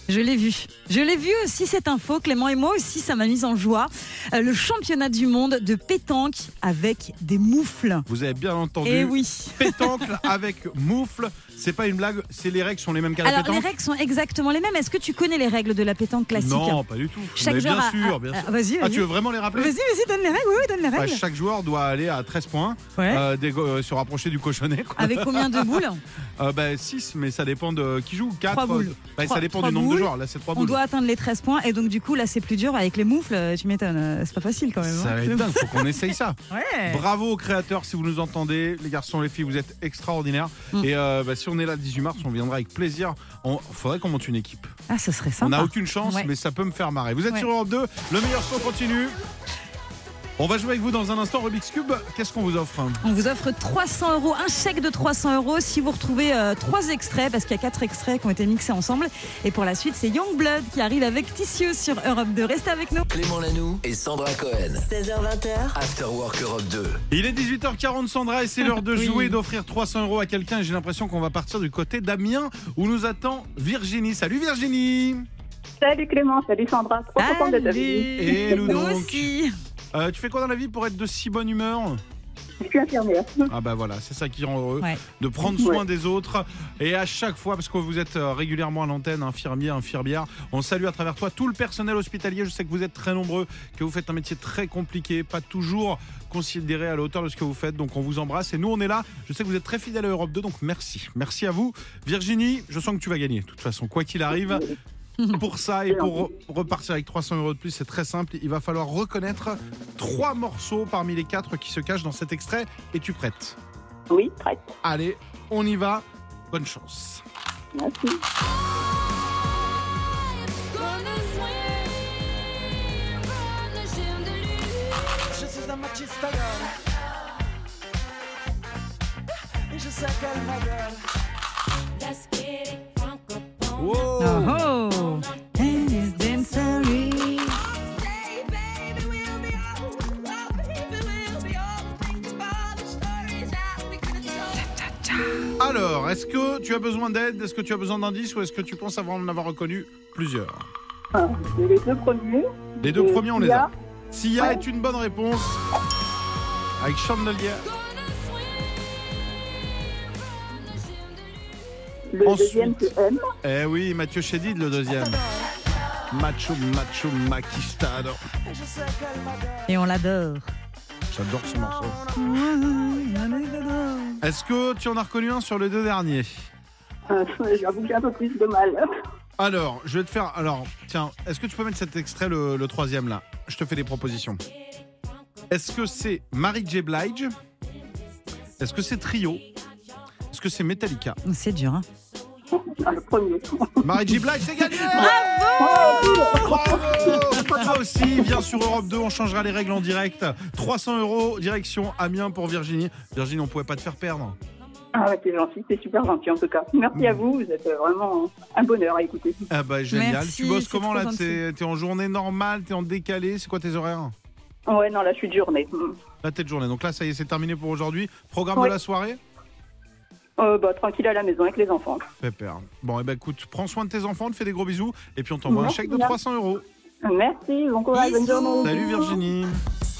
[SPEAKER 2] Je l'ai vu. Je l'ai vu aussi cette info, Clément et moi aussi, ça m'a mise en joie. Euh, le championnat du monde de pétanque avec des moufles.
[SPEAKER 1] Vous avez bien entendu.
[SPEAKER 2] Eh oui.
[SPEAKER 1] Pétancle avec moufle. C'est pas une blague, c'est les règles sont les mêmes qu'à la
[SPEAKER 2] Alors les
[SPEAKER 1] pétanque.
[SPEAKER 2] règles sont exactement les mêmes. Est-ce que tu connais les règles de la pétanque classique
[SPEAKER 1] Non, pas du tout.
[SPEAKER 2] Chaque
[SPEAKER 1] Mais
[SPEAKER 2] joueur
[SPEAKER 1] bien
[SPEAKER 2] a-
[SPEAKER 1] sûr,
[SPEAKER 2] a-
[SPEAKER 1] bien
[SPEAKER 2] a-
[SPEAKER 1] sûr.
[SPEAKER 2] vas-y,
[SPEAKER 1] Ah,
[SPEAKER 2] vas-y.
[SPEAKER 1] tu veux vraiment les rappeler
[SPEAKER 2] Vas-y, vas-y, donne les règles. Oui, oui, donne les
[SPEAKER 1] Bah,
[SPEAKER 2] règles.
[SPEAKER 1] Chaque joueur doit aller à 13 points,
[SPEAKER 2] Ouais. Ah
[SPEAKER 1] euh, dég- euh, se rapprocher du cochonnet. quoi.
[SPEAKER 2] Avec combien de boules
[SPEAKER 1] 6, mais ça dépend de qui joue. 4
[SPEAKER 2] Trois boules. Trois-
[SPEAKER 1] ça dépend
[SPEAKER 2] trois
[SPEAKER 1] du nombre
[SPEAKER 2] boules.
[SPEAKER 1] de joueurs. Là, c'est 3
[SPEAKER 2] On
[SPEAKER 1] boules.
[SPEAKER 2] doit atteindre les 13 points et donc du coup là c'est plus dur avec les moufles, euh, tu m'étonnes, euh, c'est pas facile quand même.
[SPEAKER 1] Ça
[SPEAKER 2] hein.
[SPEAKER 1] va être dingue, faut qu'on essaye ça.
[SPEAKER 2] Ouais.
[SPEAKER 1] Bravo aux créateurs si vous nous entendez, les garçons, les filles, vous êtes extraordinaires.
[SPEAKER 2] Mm.
[SPEAKER 1] Et euh, bah, si on est là le 18 mars, on viendra avec plaisir. On... Faudrait qu'on monte une équipe.
[SPEAKER 2] Ah ce serait
[SPEAKER 1] On
[SPEAKER 2] sympa.
[SPEAKER 1] n'a aucune chance,
[SPEAKER 2] Ouais.
[SPEAKER 1] mais ça peut me faire marrer. Vous êtes
[SPEAKER 2] Ouais.
[SPEAKER 1] sur Europe 2, le meilleur son continue. On va jouer avec vous dans un instant Rubik's Cube. Qu'est-ce qu'on vous offre
[SPEAKER 2] On vous offre 300 euros, un chèque de 300 euros si vous retrouvez euh, trois extraits, parce qu'il y a quatre extraits qui ont été mixés ensemble. Et pour la suite, c'est Youngblood qui arrive avec Tissieux sur Europe 2. Restez avec nous.
[SPEAKER 5] Clément Lanoux et Sandra Cohen.
[SPEAKER 4] 16h20h.
[SPEAKER 5] After Work Europe 2.
[SPEAKER 1] Il est 18h40 Sandra et c'est l'heure de
[SPEAKER 5] Oui.
[SPEAKER 1] jouer et d'offrir 300 euros à quelqu'un. Et J'ai l'impression qu'on va partir du côté d'Amiens où nous attend Virginie. Salut Virginie
[SPEAKER 14] Salut Clément, salut Sandra,
[SPEAKER 8] Ah.
[SPEAKER 14] trop contente d'être avec vous.
[SPEAKER 1] Et nous donc
[SPEAKER 2] aussi.
[SPEAKER 1] Euh, Tu fais quoi dans la vie pour être de si bonne humeur
[SPEAKER 14] Je suis infirmière.
[SPEAKER 1] Ah bah voilà, c'est ça qui rend heureux,
[SPEAKER 14] Ouais.
[SPEAKER 1] de prendre soin
[SPEAKER 14] Ouais.
[SPEAKER 1] des autres. Et à chaque fois, parce que vous êtes euh, régulièrement à l'antenne, infirmier, infirmière, on salue à travers toi tout le personnel hospitalier. Je sais que vous êtes très nombreux, que vous faites un métier très compliqué, pas toujours considéré à la hauteur de ce que vous faites. Donc on vous embrasse et nous on est là. Je sais que vous êtes très fidèles à Europe 2, donc merci. Merci à vous. Virginie, je sens que tu vas gagner. De toute façon, quoi qu'il arrive, pour ça et pour re- repartir avec 300 euros de plus, c'est très simple. Il va falloir reconnaître trois morceaux parmi les quatre qui se cachent dans cet extrait. Et tu prêtes
[SPEAKER 14] Oui, prête.
[SPEAKER 1] Allez, on y va. Bonne chance.
[SPEAKER 14] Merci.
[SPEAKER 11] Je suis un machista girl. Et je sais qu'elle ma gueule.
[SPEAKER 1] Ah, hein.
[SPEAKER 2] Oh, oh.
[SPEAKER 1] Alors, est-ce que tu as besoin d'aide Est-ce que tu as besoin d'indices ou est-ce que tu penses avoir en avoir reconnu plusieurs
[SPEAKER 14] Ah, les deux premiers.
[SPEAKER 1] Les deux
[SPEAKER 14] Et
[SPEAKER 1] premiers, on les
[SPEAKER 14] Sia.
[SPEAKER 1] a. Sia est une bonne réponse. avec Chandelier.
[SPEAKER 14] Le
[SPEAKER 1] Ensuite.
[SPEAKER 14] deuxième, c'est M.
[SPEAKER 1] Eh oui, Mathieu Chédid, le deuxième. Macho, macho, maquistado.
[SPEAKER 2] Et on l'adore.
[SPEAKER 1] J'adore ce morceau. Est-ce que tu en as reconnu un sur les deux derniers
[SPEAKER 14] Euh, J'avoue que j'ai un peu plus de mal.
[SPEAKER 1] Alors, je vais te faire. Alors, tiens, est-ce que tu peux mettre cet extrait, le, le troisième là Je te fais des propositions. Est-ce que c'est Mary J. Blige Est-ce que c'est Trio Est-ce que c'est Metallica
[SPEAKER 2] C'est dur, hein
[SPEAKER 14] le premier.
[SPEAKER 1] Mary J. Blige, c'est gagné Bravo Là aussi, bien sur Europe 2, on changera les règles en direct. 300 euros, direction Amiens pour Virginie. Virginie, on pouvait pas te faire perdre.
[SPEAKER 14] Ah ouais, c'est gentil, c'est super gentil en tout cas. Merci
[SPEAKER 1] Mm.
[SPEAKER 14] à vous, vous êtes euh, vraiment un bonheur à écouter.
[SPEAKER 1] Ah bah génial.
[SPEAKER 14] Merci,
[SPEAKER 1] tu bosses
[SPEAKER 14] c'est
[SPEAKER 1] comment
[SPEAKER 14] trop
[SPEAKER 1] là
[SPEAKER 14] gentil.
[SPEAKER 1] T'es t'es en journée normale, t'es en décalé, c'est quoi tes horaires
[SPEAKER 14] Ouais, non, là, je suis de journée. Mm.
[SPEAKER 1] La tête journée. Donc là, ça y est, c'est terminé pour aujourd'hui. Programme
[SPEAKER 14] Ouais.
[SPEAKER 1] de la soirée
[SPEAKER 14] Euh, bah, tranquille à la maison avec les enfants.
[SPEAKER 1] Pépère. Bon, et ben écoute, prends soin de tes enfants, on te fait des gros bisous et puis on t'envoie un
[SPEAKER 14] Merci,
[SPEAKER 1] chèque de
[SPEAKER 14] bien.
[SPEAKER 1] 300 euros.
[SPEAKER 14] Merci, bon courage, bonne journée.
[SPEAKER 1] Salut Virginie.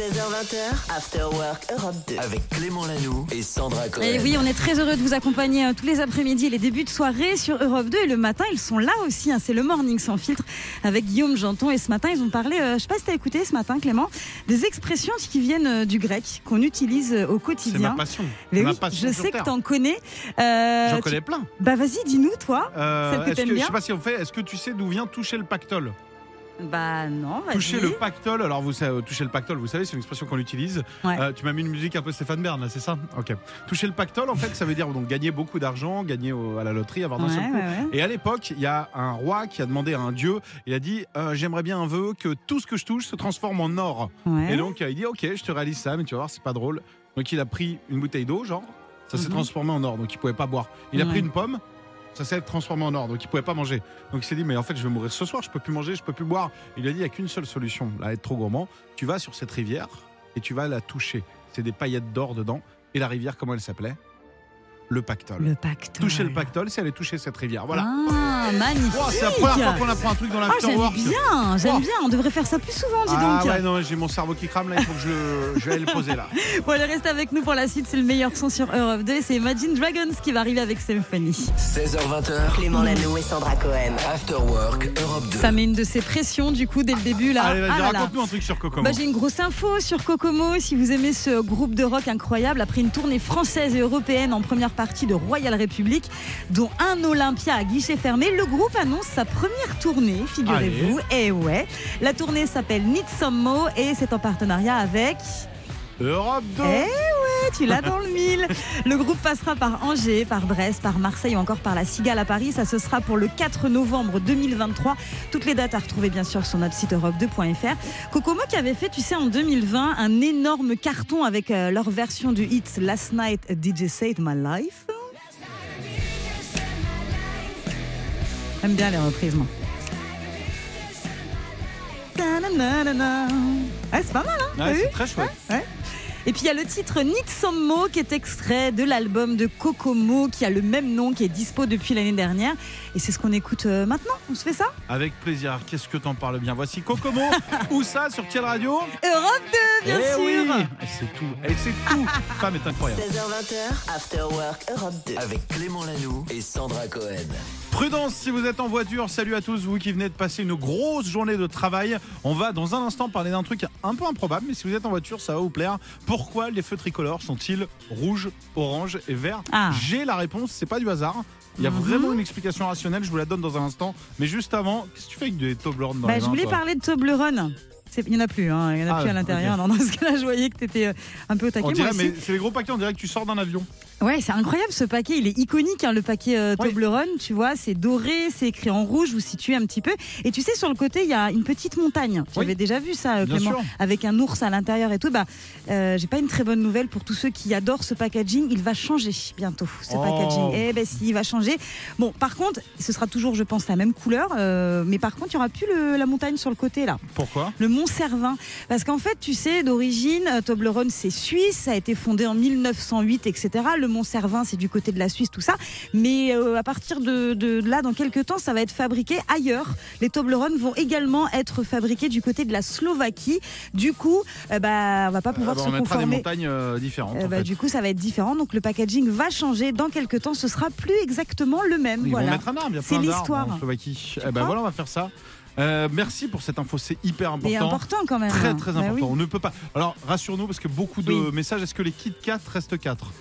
[SPEAKER 4] 16h20, After Work Europe 2.
[SPEAKER 5] Avec Clément Lanoux et Sandra Cohen.
[SPEAKER 2] Et oui, on est très heureux de vous accompagner euh, tous les après-midi et les débuts de soirée sur Europe 2. Et le matin, ils sont là aussi. hein. c'est le Morning sans filtre avec Guillaume Janton. Et ce matin, ils ont parlé, euh, je sais pas si t'as écouté ce matin, Clément, des expressions qui viennent euh, du grec, qu'on utilise euh, au quotidien.
[SPEAKER 1] ma passion.
[SPEAKER 2] Mais
[SPEAKER 1] Ma
[SPEAKER 2] oui,
[SPEAKER 1] passion
[SPEAKER 2] je
[SPEAKER 1] sur
[SPEAKER 2] sais que
[SPEAKER 1] Terre.
[SPEAKER 2] t'en connais. Euh,
[SPEAKER 1] J'en
[SPEAKER 2] tu-
[SPEAKER 1] connais plein.
[SPEAKER 2] Bah vas-y, dis-nous, toi,
[SPEAKER 1] Euh,
[SPEAKER 2] celle que
[SPEAKER 1] est-ce
[SPEAKER 2] t'aimes
[SPEAKER 1] que- je
[SPEAKER 2] bien.
[SPEAKER 1] sais pas si on fait, est-ce que tu sais d'où vient toucher le pactole
[SPEAKER 2] Bah non, vas-y.
[SPEAKER 1] Toucher le pactole, alors vous savez, toucher le pactole, vous savez, c'est une expression qu'on utilise.
[SPEAKER 2] Ouais.
[SPEAKER 1] Euh, tu m'as mis une musique un peu Stéphane Bern, là, c'est ça Ok. Toucher le pactole, en fait, ça veut dire donc gagner beaucoup d'argent, gagner au- à la loterie, avoir d'un
[SPEAKER 2] Ouais,
[SPEAKER 1] seul coup.
[SPEAKER 2] ouais, ouais.
[SPEAKER 1] Et à l'époque, il y a un roi qui a demandé à un dieu, il a dit euh, J'aimerais bien un vœu que tout ce que je touche se transforme en or.
[SPEAKER 2] Ouais.
[SPEAKER 1] Et donc, euh, il dit Ok, je te réalise ça, mais tu vas voir, c'est pas drôle. Donc, il a pris une bouteille d'eau, genre, ça s'est
[SPEAKER 2] Mhm.
[SPEAKER 1] transformé en or, donc il pouvait pas boire. Il a
[SPEAKER 2] Ouais.
[SPEAKER 1] pris une pomme, ça s'est transformé en or, donc il pouvait pas manger. Donc il s'est dit, mais en fait, je vais mourir ce soir, je peux plus manger, je peux plus boire. Il lui a dit, il y a qu'une seule solution, là, être trop gourmand. Tu vas sur cette rivière et tu vas la toucher. C'est des paillettes d'or dedans. Et la rivière, comment elle s'appelait Le pactole.
[SPEAKER 2] Le pactole.
[SPEAKER 1] Toucher le pactole, c'est aller toucher cette rivière. Voilà.
[SPEAKER 2] Ah, magnifique.
[SPEAKER 1] Oh, c'est la première fois qu'on apprend un truc dans
[SPEAKER 2] Ah,
[SPEAKER 1] l'afterwork.
[SPEAKER 2] J'aime bien, j'aime bien. On devrait faire ça plus souvent, dis
[SPEAKER 1] Ah
[SPEAKER 2] donc.
[SPEAKER 1] ouais, non, j'ai mon cerveau qui crame là, il faut que je, le- je vais aller le poser là.
[SPEAKER 2] Bon, allez, reste avec nous pour la suite. C'est le meilleur son sur Europe 2. C'est Imagine Dragons qui va arriver avec Symphony.
[SPEAKER 5] 16h20.
[SPEAKER 4] Clément Lanoux et Sandra Cohen.
[SPEAKER 5] After Work Europe 2.
[SPEAKER 2] Ça met une de ses pressions, du coup, dès le début. Là.
[SPEAKER 1] Allez, vas-y,
[SPEAKER 2] Ah là là.
[SPEAKER 1] raconte-nous un truc sur Coco.
[SPEAKER 2] Bah, J'ai une grosse info sur Kokomo. Si vous aimez ce groupe de rock incroyable, après une tournée française et européenne en première partie de Royal Republic, dont un Olympia à guichet fermé, le groupe annonce sa première tournée, figurez-vous. Et ouais, la tournée s'appelle Need Some Mo et c'est en partenariat avec.
[SPEAKER 1] Euh, Europe 2
[SPEAKER 2] Eh ouais, tu l'as dans le mille. Le groupe passera par Angers, par Brest, par Marseille ou encore par la Cigale à Paris. Ça, ce sera pour le 4 novembre 2023. Toutes les dates à retrouver bien sûr sur notre site europe2.fr. Kokomo qui avait fait, tu sais, en 2020, un énorme carton avec euh, leur version du hit Last Night DJ Saved My Life. J'aime bien les reprises, moi. Ta-na-na-na-na. Ouais, c'est pas mal, hein
[SPEAKER 1] Ouais,
[SPEAKER 2] t'as
[SPEAKER 1] Ah, c'est
[SPEAKER 2] vu
[SPEAKER 1] très chouette.
[SPEAKER 2] Ouais, ouais. Et puis il y a le titre Need Some Mo qui est extrait de l'album de Kokomo qui a le même nom qui est dispo depuis l'année dernière et c'est ce qu'on écoute euh, maintenant. On se fait ça
[SPEAKER 1] Avec plaisir, qu'est-ce que t'en parles bien Voici Kokomo, où ça, sur quelle radio
[SPEAKER 2] Europe 2 bien
[SPEAKER 1] Eh
[SPEAKER 2] sûr.
[SPEAKER 1] oui Et C'est tout, et c'est tout Femme est incroyable
[SPEAKER 4] 16h20, After Work Europe 2.
[SPEAKER 5] Avec Clément Lanoux et Sandra Cohen.
[SPEAKER 1] Prudence si vous êtes en voiture, salut à tous, vous qui venez de passer une grosse journée de travail. On va dans un instant parler d'un truc un peu improbable, mais si vous êtes en voiture, ça va vous plaire. Pourquoi les feux tricolores sont-ils rouge, orange et vert
[SPEAKER 2] Ah.
[SPEAKER 1] J'ai la réponse, c'est pas du hasard. Il y a
[SPEAKER 2] Mhm.
[SPEAKER 1] vraiment une explication rationnelle, je vous la donne dans un instant. Mais juste avant, qu'est-ce que tu fais avec des Toblerone dans
[SPEAKER 2] Bah,
[SPEAKER 1] les
[SPEAKER 2] je
[SPEAKER 1] mains,
[SPEAKER 2] voulais
[SPEAKER 1] toi
[SPEAKER 2] parler de Toblerone. C'est- Il n'y en a plus, hein. il n'y en a
[SPEAKER 1] Ah,
[SPEAKER 2] plus à l'intérieur.
[SPEAKER 1] ok.
[SPEAKER 2] Non, Dans ce cas-là, je voyais que tu étais un peu au taquet.
[SPEAKER 1] On
[SPEAKER 2] moi
[SPEAKER 1] dirait,
[SPEAKER 2] aussi.
[SPEAKER 1] mais c'est les gros paquets, on dirait que tu sors d'un avion.
[SPEAKER 2] Ouais, c'est incroyable ce paquet, il est iconique, hein, le paquet euh, Toblerone, tu vois, c'est doré, c'est écrit en rouge, vous situez un petit peu. Et tu sais, sur le côté, il y a une petite montagne. J'avais déjà vu ça, euh,
[SPEAKER 1] Bien
[SPEAKER 2] Clément,
[SPEAKER 1] sûr.
[SPEAKER 2] avec un ours à l'intérieur et tout. Bah, euh, j'ai pas une très bonne nouvelle pour tous ceux qui adorent ce packaging, il va changer bientôt, ce
[SPEAKER 15] Oh.
[SPEAKER 2] packaging. Eh ben si, il va changer. Bon, par contre, ce sera toujours, je pense, la même couleur, euh, mais par contre, il y aura plus le- la montagne sur le côté, là.
[SPEAKER 1] Pourquoi
[SPEAKER 2] Le Mont Servin. Parce qu'en fait, tu sais, d'origine, euh, Toblerone, c'est suisse, ça a été fondé en 1908, etc. Le Montservin, c'est du côté de la Suisse, tout ça. Mais euh, à partir de, de là, dans quelques temps, ça va être fabriqué ailleurs. Les Toblerones vont également être fabriqués du côté de la Slovaquie. Du coup, euh, bah, on va pas
[SPEAKER 1] Ah
[SPEAKER 2] pouvoir
[SPEAKER 1] bah,
[SPEAKER 2] se
[SPEAKER 1] on mettra des
[SPEAKER 2] conformer.
[SPEAKER 1] montagnes euh, différentes.
[SPEAKER 2] Euh,
[SPEAKER 1] en
[SPEAKER 2] bah,
[SPEAKER 1] fait.
[SPEAKER 2] du coup, ça va être différent. Donc, le packaging va changer. Dans quelques temps, ce sera plus exactement le même.
[SPEAKER 1] Ils
[SPEAKER 2] voilà.
[SPEAKER 1] vont mettre un arbre, il y a
[SPEAKER 2] C'est
[SPEAKER 1] plein d'arbres
[SPEAKER 2] l'histoire.
[SPEAKER 1] en Slovaquie. Eh ben voilà, on va faire ça. Euh, merci pour cette info, c'est hyper important.
[SPEAKER 2] Et important quand même.
[SPEAKER 1] Très très
[SPEAKER 2] Bah
[SPEAKER 1] important.
[SPEAKER 2] oui.
[SPEAKER 1] On ne peut pas. Alors rassure-nous parce que beaucoup de
[SPEAKER 2] Oui.
[SPEAKER 1] messages. Est-ce que les Kit Kat restent 4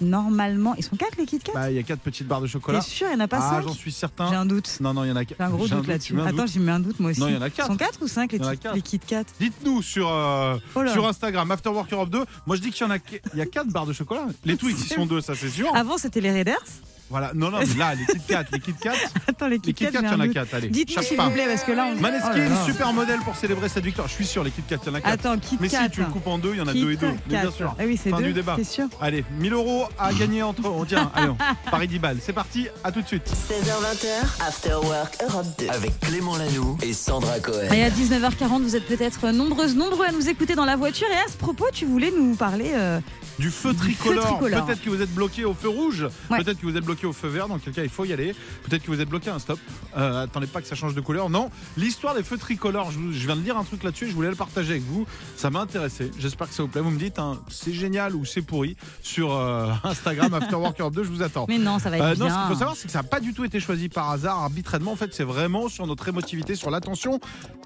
[SPEAKER 2] Normalement, ils sont quatre les Kit Kat.
[SPEAKER 1] Bah il y a 4 petites barres de chocolat.
[SPEAKER 2] T'es sûr, il y en a pas
[SPEAKER 1] Ah
[SPEAKER 2] cinq
[SPEAKER 1] j'en suis certain. J'ai un
[SPEAKER 2] doute.
[SPEAKER 1] Non non il y en a. J'ai
[SPEAKER 2] un gros doute
[SPEAKER 1] tu
[SPEAKER 2] là-dessus.
[SPEAKER 1] mets un
[SPEAKER 2] Attends,
[SPEAKER 1] doute.
[SPEAKER 2] j'ai mis un doute moi aussi.
[SPEAKER 1] Non, il y en a
[SPEAKER 2] Ils
[SPEAKER 1] quatre.
[SPEAKER 2] sont quatre ou cinq les,
[SPEAKER 1] Il y en a
[SPEAKER 2] Kit-
[SPEAKER 1] quatre.
[SPEAKER 2] les Kit Kat
[SPEAKER 1] Dites-nous sur, euh,
[SPEAKER 2] Oh là.
[SPEAKER 1] sur Instagram, After Work Europe 2. Moi je dis qu'il y en a, il y a 4 barres de chocolat. Les Twix, ils sont deux, ça c'est sûr.
[SPEAKER 2] Avant, c'était les Raiders.
[SPEAKER 1] Voilà, non, non, mais là, les Kit Kat, les Kit Kat.
[SPEAKER 2] Attends, les Kit Kat,
[SPEAKER 1] il
[SPEAKER 2] j'ai
[SPEAKER 1] y
[SPEAKER 2] un
[SPEAKER 1] en a
[SPEAKER 2] doute.
[SPEAKER 1] 4, allez.
[SPEAKER 2] Dites-nous,
[SPEAKER 1] chaque
[SPEAKER 2] s'il
[SPEAKER 1] part.
[SPEAKER 2] vous plaît, parce que là, on-
[SPEAKER 1] Maneskin,
[SPEAKER 2] Oh là là. Ah,
[SPEAKER 1] super modèle pour célébrer cette victoire. Je suis sûr, les Kit Kat, il y en a 4.
[SPEAKER 2] Attends, Kit
[SPEAKER 1] Mais
[SPEAKER 2] Kat.
[SPEAKER 1] si tu le coupes en deux, il y en a
[SPEAKER 2] Kit
[SPEAKER 1] 2 et 2. Mais bien
[SPEAKER 2] Kat.
[SPEAKER 1] sûr.
[SPEAKER 2] Ah oui, c'est
[SPEAKER 1] fin
[SPEAKER 2] deux,
[SPEAKER 1] du débat.
[SPEAKER 2] c'est sûr.
[SPEAKER 1] Allez, 1000 euros à gagner entre. On tient, allez, on- Paris 10 balles. C'est parti, à tout de suite.
[SPEAKER 4] 16h20, After Work Europe 2.
[SPEAKER 5] Avec Clément Lanoux et Sandra Cohen.
[SPEAKER 2] Et à 19h40, vous êtes peut-être nombreuses, nombreux à nous écouter dans la voiture. Et à ce propos, tu voulais nous parler euh,
[SPEAKER 1] Du feu tricolore.
[SPEAKER 2] tricolore.
[SPEAKER 1] Peut-être que vous êtes bloqué au feu rouge. Peut-être que vous êtes bloqué au feu vert. Dans quel cas, il faut y aller. Peut-être que vous êtes bloqué à un stop. Euh, attendez pas que ça change de couleur. Non. L'histoire des feux tricolores. Je, vous- je viens de lire un truc là-dessus. et Je voulais le partager avec vous. Ça m'a intéressé. J'espère que ça vous plaît. Vous me dites, hein, c'est génial ou c'est pourri sur euh, Instagram Afterwork Europe 2. Je vous attends.
[SPEAKER 2] Mais non, ça va être
[SPEAKER 1] Euh, non,
[SPEAKER 2] bien.
[SPEAKER 1] ce qu'il faut savoir, c'est que ça n'a pas du tout été choisi par hasard, arbitrairement. En fait, c'est vraiment sur notre émotivité, sur l'attention.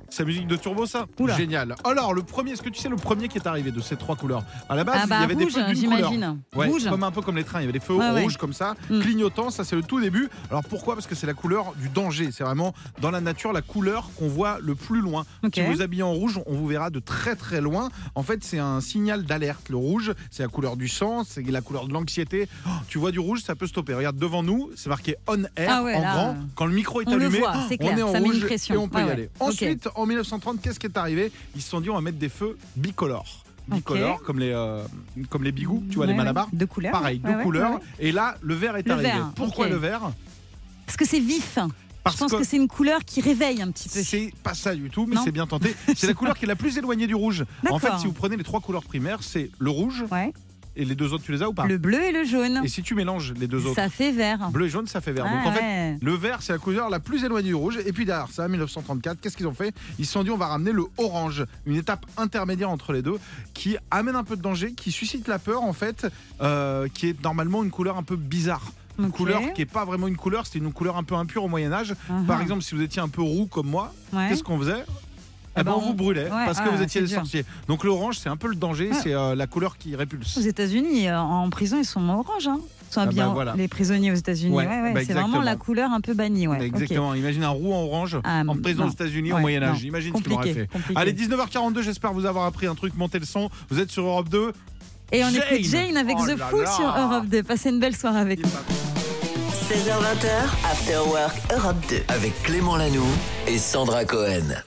[SPEAKER 1] Sa musique de turbo, ça Génial. Alors, le premier, est-ce que tu sais le premier qui est arrivé de ces trois couleurs À la base,
[SPEAKER 2] Ah bah,
[SPEAKER 1] il y avait
[SPEAKER 2] rouge,
[SPEAKER 1] des feux d'une couleur.
[SPEAKER 2] j'imagine.
[SPEAKER 1] Ouais,
[SPEAKER 2] Rouge.
[SPEAKER 1] Comme un peu comme les trains, il y avait des feux
[SPEAKER 2] Ouais, ouais. Hmm.
[SPEAKER 1] rouges comme ça, clignotants, ça c'est le tout début. Alors pourquoi Parce que c'est la couleur du danger. C'est vraiment dans la nature la couleur qu'on voit le plus loin.
[SPEAKER 2] Ok.
[SPEAKER 1] Si vous habillez en rouge, on vous verra de très très loin. En fait, c'est un signal d'alerte. Le rouge, c'est la couleur du sang, c'est la couleur de l'anxiété. Oh, tu vois du rouge, ça peut stopper. Regarde devant nous, c'est marqué on air
[SPEAKER 2] Ah ouais,
[SPEAKER 1] en
[SPEAKER 2] là,
[SPEAKER 1] grand.
[SPEAKER 2] euh,
[SPEAKER 1] Quand le micro est
[SPEAKER 2] on le
[SPEAKER 1] allumé,
[SPEAKER 2] voit,
[SPEAKER 1] oh,
[SPEAKER 2] c'est
[SPEAKER 1] on
[SPEAKER 2] clair,
[SPEAKER 1] est en
[SPEAKER 2] ça met une
[SPEAKER 1] rouge
[SPEAKER 2] pression.
[SPEAKER 1] et on peut
[SPEAKER 2] Ah
[SPEAKER 1] y
[SPEAKER 2] ouais,
[SPEAKER 1] aller.
[SPEAKER 2] ok.
[SPEAKER 1] Ensuite, en 1930, qu'est-ce qui est arrivé Ils se sont dit on va mettre des feux bicolores. Bicolores, comme les euh, comme les bigoux, tu vois les
[SPEAKER 2] Ouais, ouais.
[SPEAKER 1] malabars.
[SPEAKER 2] De couleur.
[SPEAKER 1] Pareil,
[SPEAKER 2] Ouais,
[SPEAKER 1] de
[SPEAKER 2] ouais,
[SPEAKER 1] couleur.
[SPEAKER 2] ouais, ouais.
[SPEAKER 1] Et là, le vert est
[SPEAKER 2] Le
[SPEAKER 1] arrivé.
[SPEAKER 2] vert,
[SPEAKER 1] Pourquoi
[SPEAKER 2] ok.
[SPEAKER 1] le vert
[SPEAKER 2] Parce que c'est vif.
[SPEAKER 1] Parce
[SPEAKER 2] Je pense que,
[SPEAKER 1] que
[SPEAKER 2] c'est une couleur qui réveille un petit peu.
[SPEAKER 1] C'est pas ça du tout, mais
[SPEAKER 2] Non.
[SPEAKER 1] c'est bien tenté. C'est la couleur qui est la plus éloignée du rouge. En fait,
[SPEAKER 2] D'accord.
[SPEAKER 1] si vous prenez les trois couleurs primaires, c'est le rouge. Et les deux autres, tu les as ou pas
[SPEAKER 2] Le bleu et le jaune.
[SPEAKER 1] Et si tu mélanges les deux autres
[SPEAKER 2] Ça fait vert.
[SPEAKER 1] Bleu et jaune, ça fait vert.
[SPEAKER 2] Ah
[SPEAKER 1] Donc en
[SPEAKER 2] ouais.
[SPEAKER 1] fait, le vert, c'est la couleur la plus éloignée du rouge. Et puis derrière ça, 1934, qu'est-ce qu'ils ont fait Ils se sont dit, on va ramener le orange, une étape intermédiaire entre les deux, qui amène un peu de danger, qui suscite la peur en fait, euh, qui est normalement une couleur un peu bizarre. Une
[SPEAKER 2] Ok.
[SPEAKER 1] couleur qui n'est pas vraiment une couleur, c'était une couleur un peu impure au Moyen-Âge.
[SPEAKER 2] Mhm.
[SPEAKER 1] Par exemple, si vous étiez un peu roux comme moi,
[SPEAKER 2] Ouais.
[SPEAKER 1] qu'est-ce qu'on faisait
[SPEAKER 2] Ah
[SPEAKER 1] eh ben,
[SPEAKER 2] bah,
[SPEAKER 1] on vous
[SPEAKER 2] on-
[SPEAKER 1] brûlait
[SPEAKER 2] ouais,
[SPEAKER 1] parce que
[SPEAKER 2] ah,
[SPEAKER 1] vous étiez
[SPEAKER 2] c'est
[SPEAKER 1] les
[SPEAKER 2] dur. Ah.
[SPEAKER 1] sorciers. Donc l'orange, c'est un peu le danger,
[SPEAKER 2] Ouais.
[SPEAKER 1] c'est euh, la couleur qui répulse.
[SPEAKER 2] Aux États-Unis, euh, en prison, ils sont orange. Hein. Ils sont
[SPEAKER 1] Ah bah
[SPEAKER 2] habillés en-
[SPEAKER 1] voilà.
[SPEAKER 2] les prisonniers aux États-Unis.
[SPEAKER 1] Ouais,
[SPEAKER 2] ouais, ouais,
[SPEAKER 1] bah
[SPEAKER 2] c'est vraiment la
[SPEAKER 1] exactement.
[SPEAKER 2] couleur un peu bannie. Ouais. ok.
[SPEAKER 1] Exactement, imagine un roux en orange
[SPEAKER 2] Ah,
[SPEAKER 1] en prison
[SPEAKER 2] non.
[SPEAKER 1] aux États-Unis au
[SPEAKER 2] Ouais,
[SPEAKER 1] Moyen-Âge.
[SPEAKER 2] non.
[SPEAKER 1] Imagine ce qu'il
[SPEAKER 2] Compliqué,
[SPEAKER 1] aurait fait.
[SPEAKER 2] compliqué.
[SPEAKER 1] Allez, 19h42, j'espère vous avoir appris un truc. Montez le son. Vous êtes sur Europe 2.
[SPEAKER 2] Et on écoute Jane avec
[SPEAKER 1] Oh
[SPEAKER 2] The
[SPEAKER 1] là
[SPEAKER 2] Fool
[SPEAKER 1] là.
[SPEAKER 2] sur Europe 2. Passez une belle soirée avec nous.
[SPEAKER 4] 16h20, After Work Europe 2.
[SPEAKER 5] Avec Clément Lanoux et Sandra Cohen.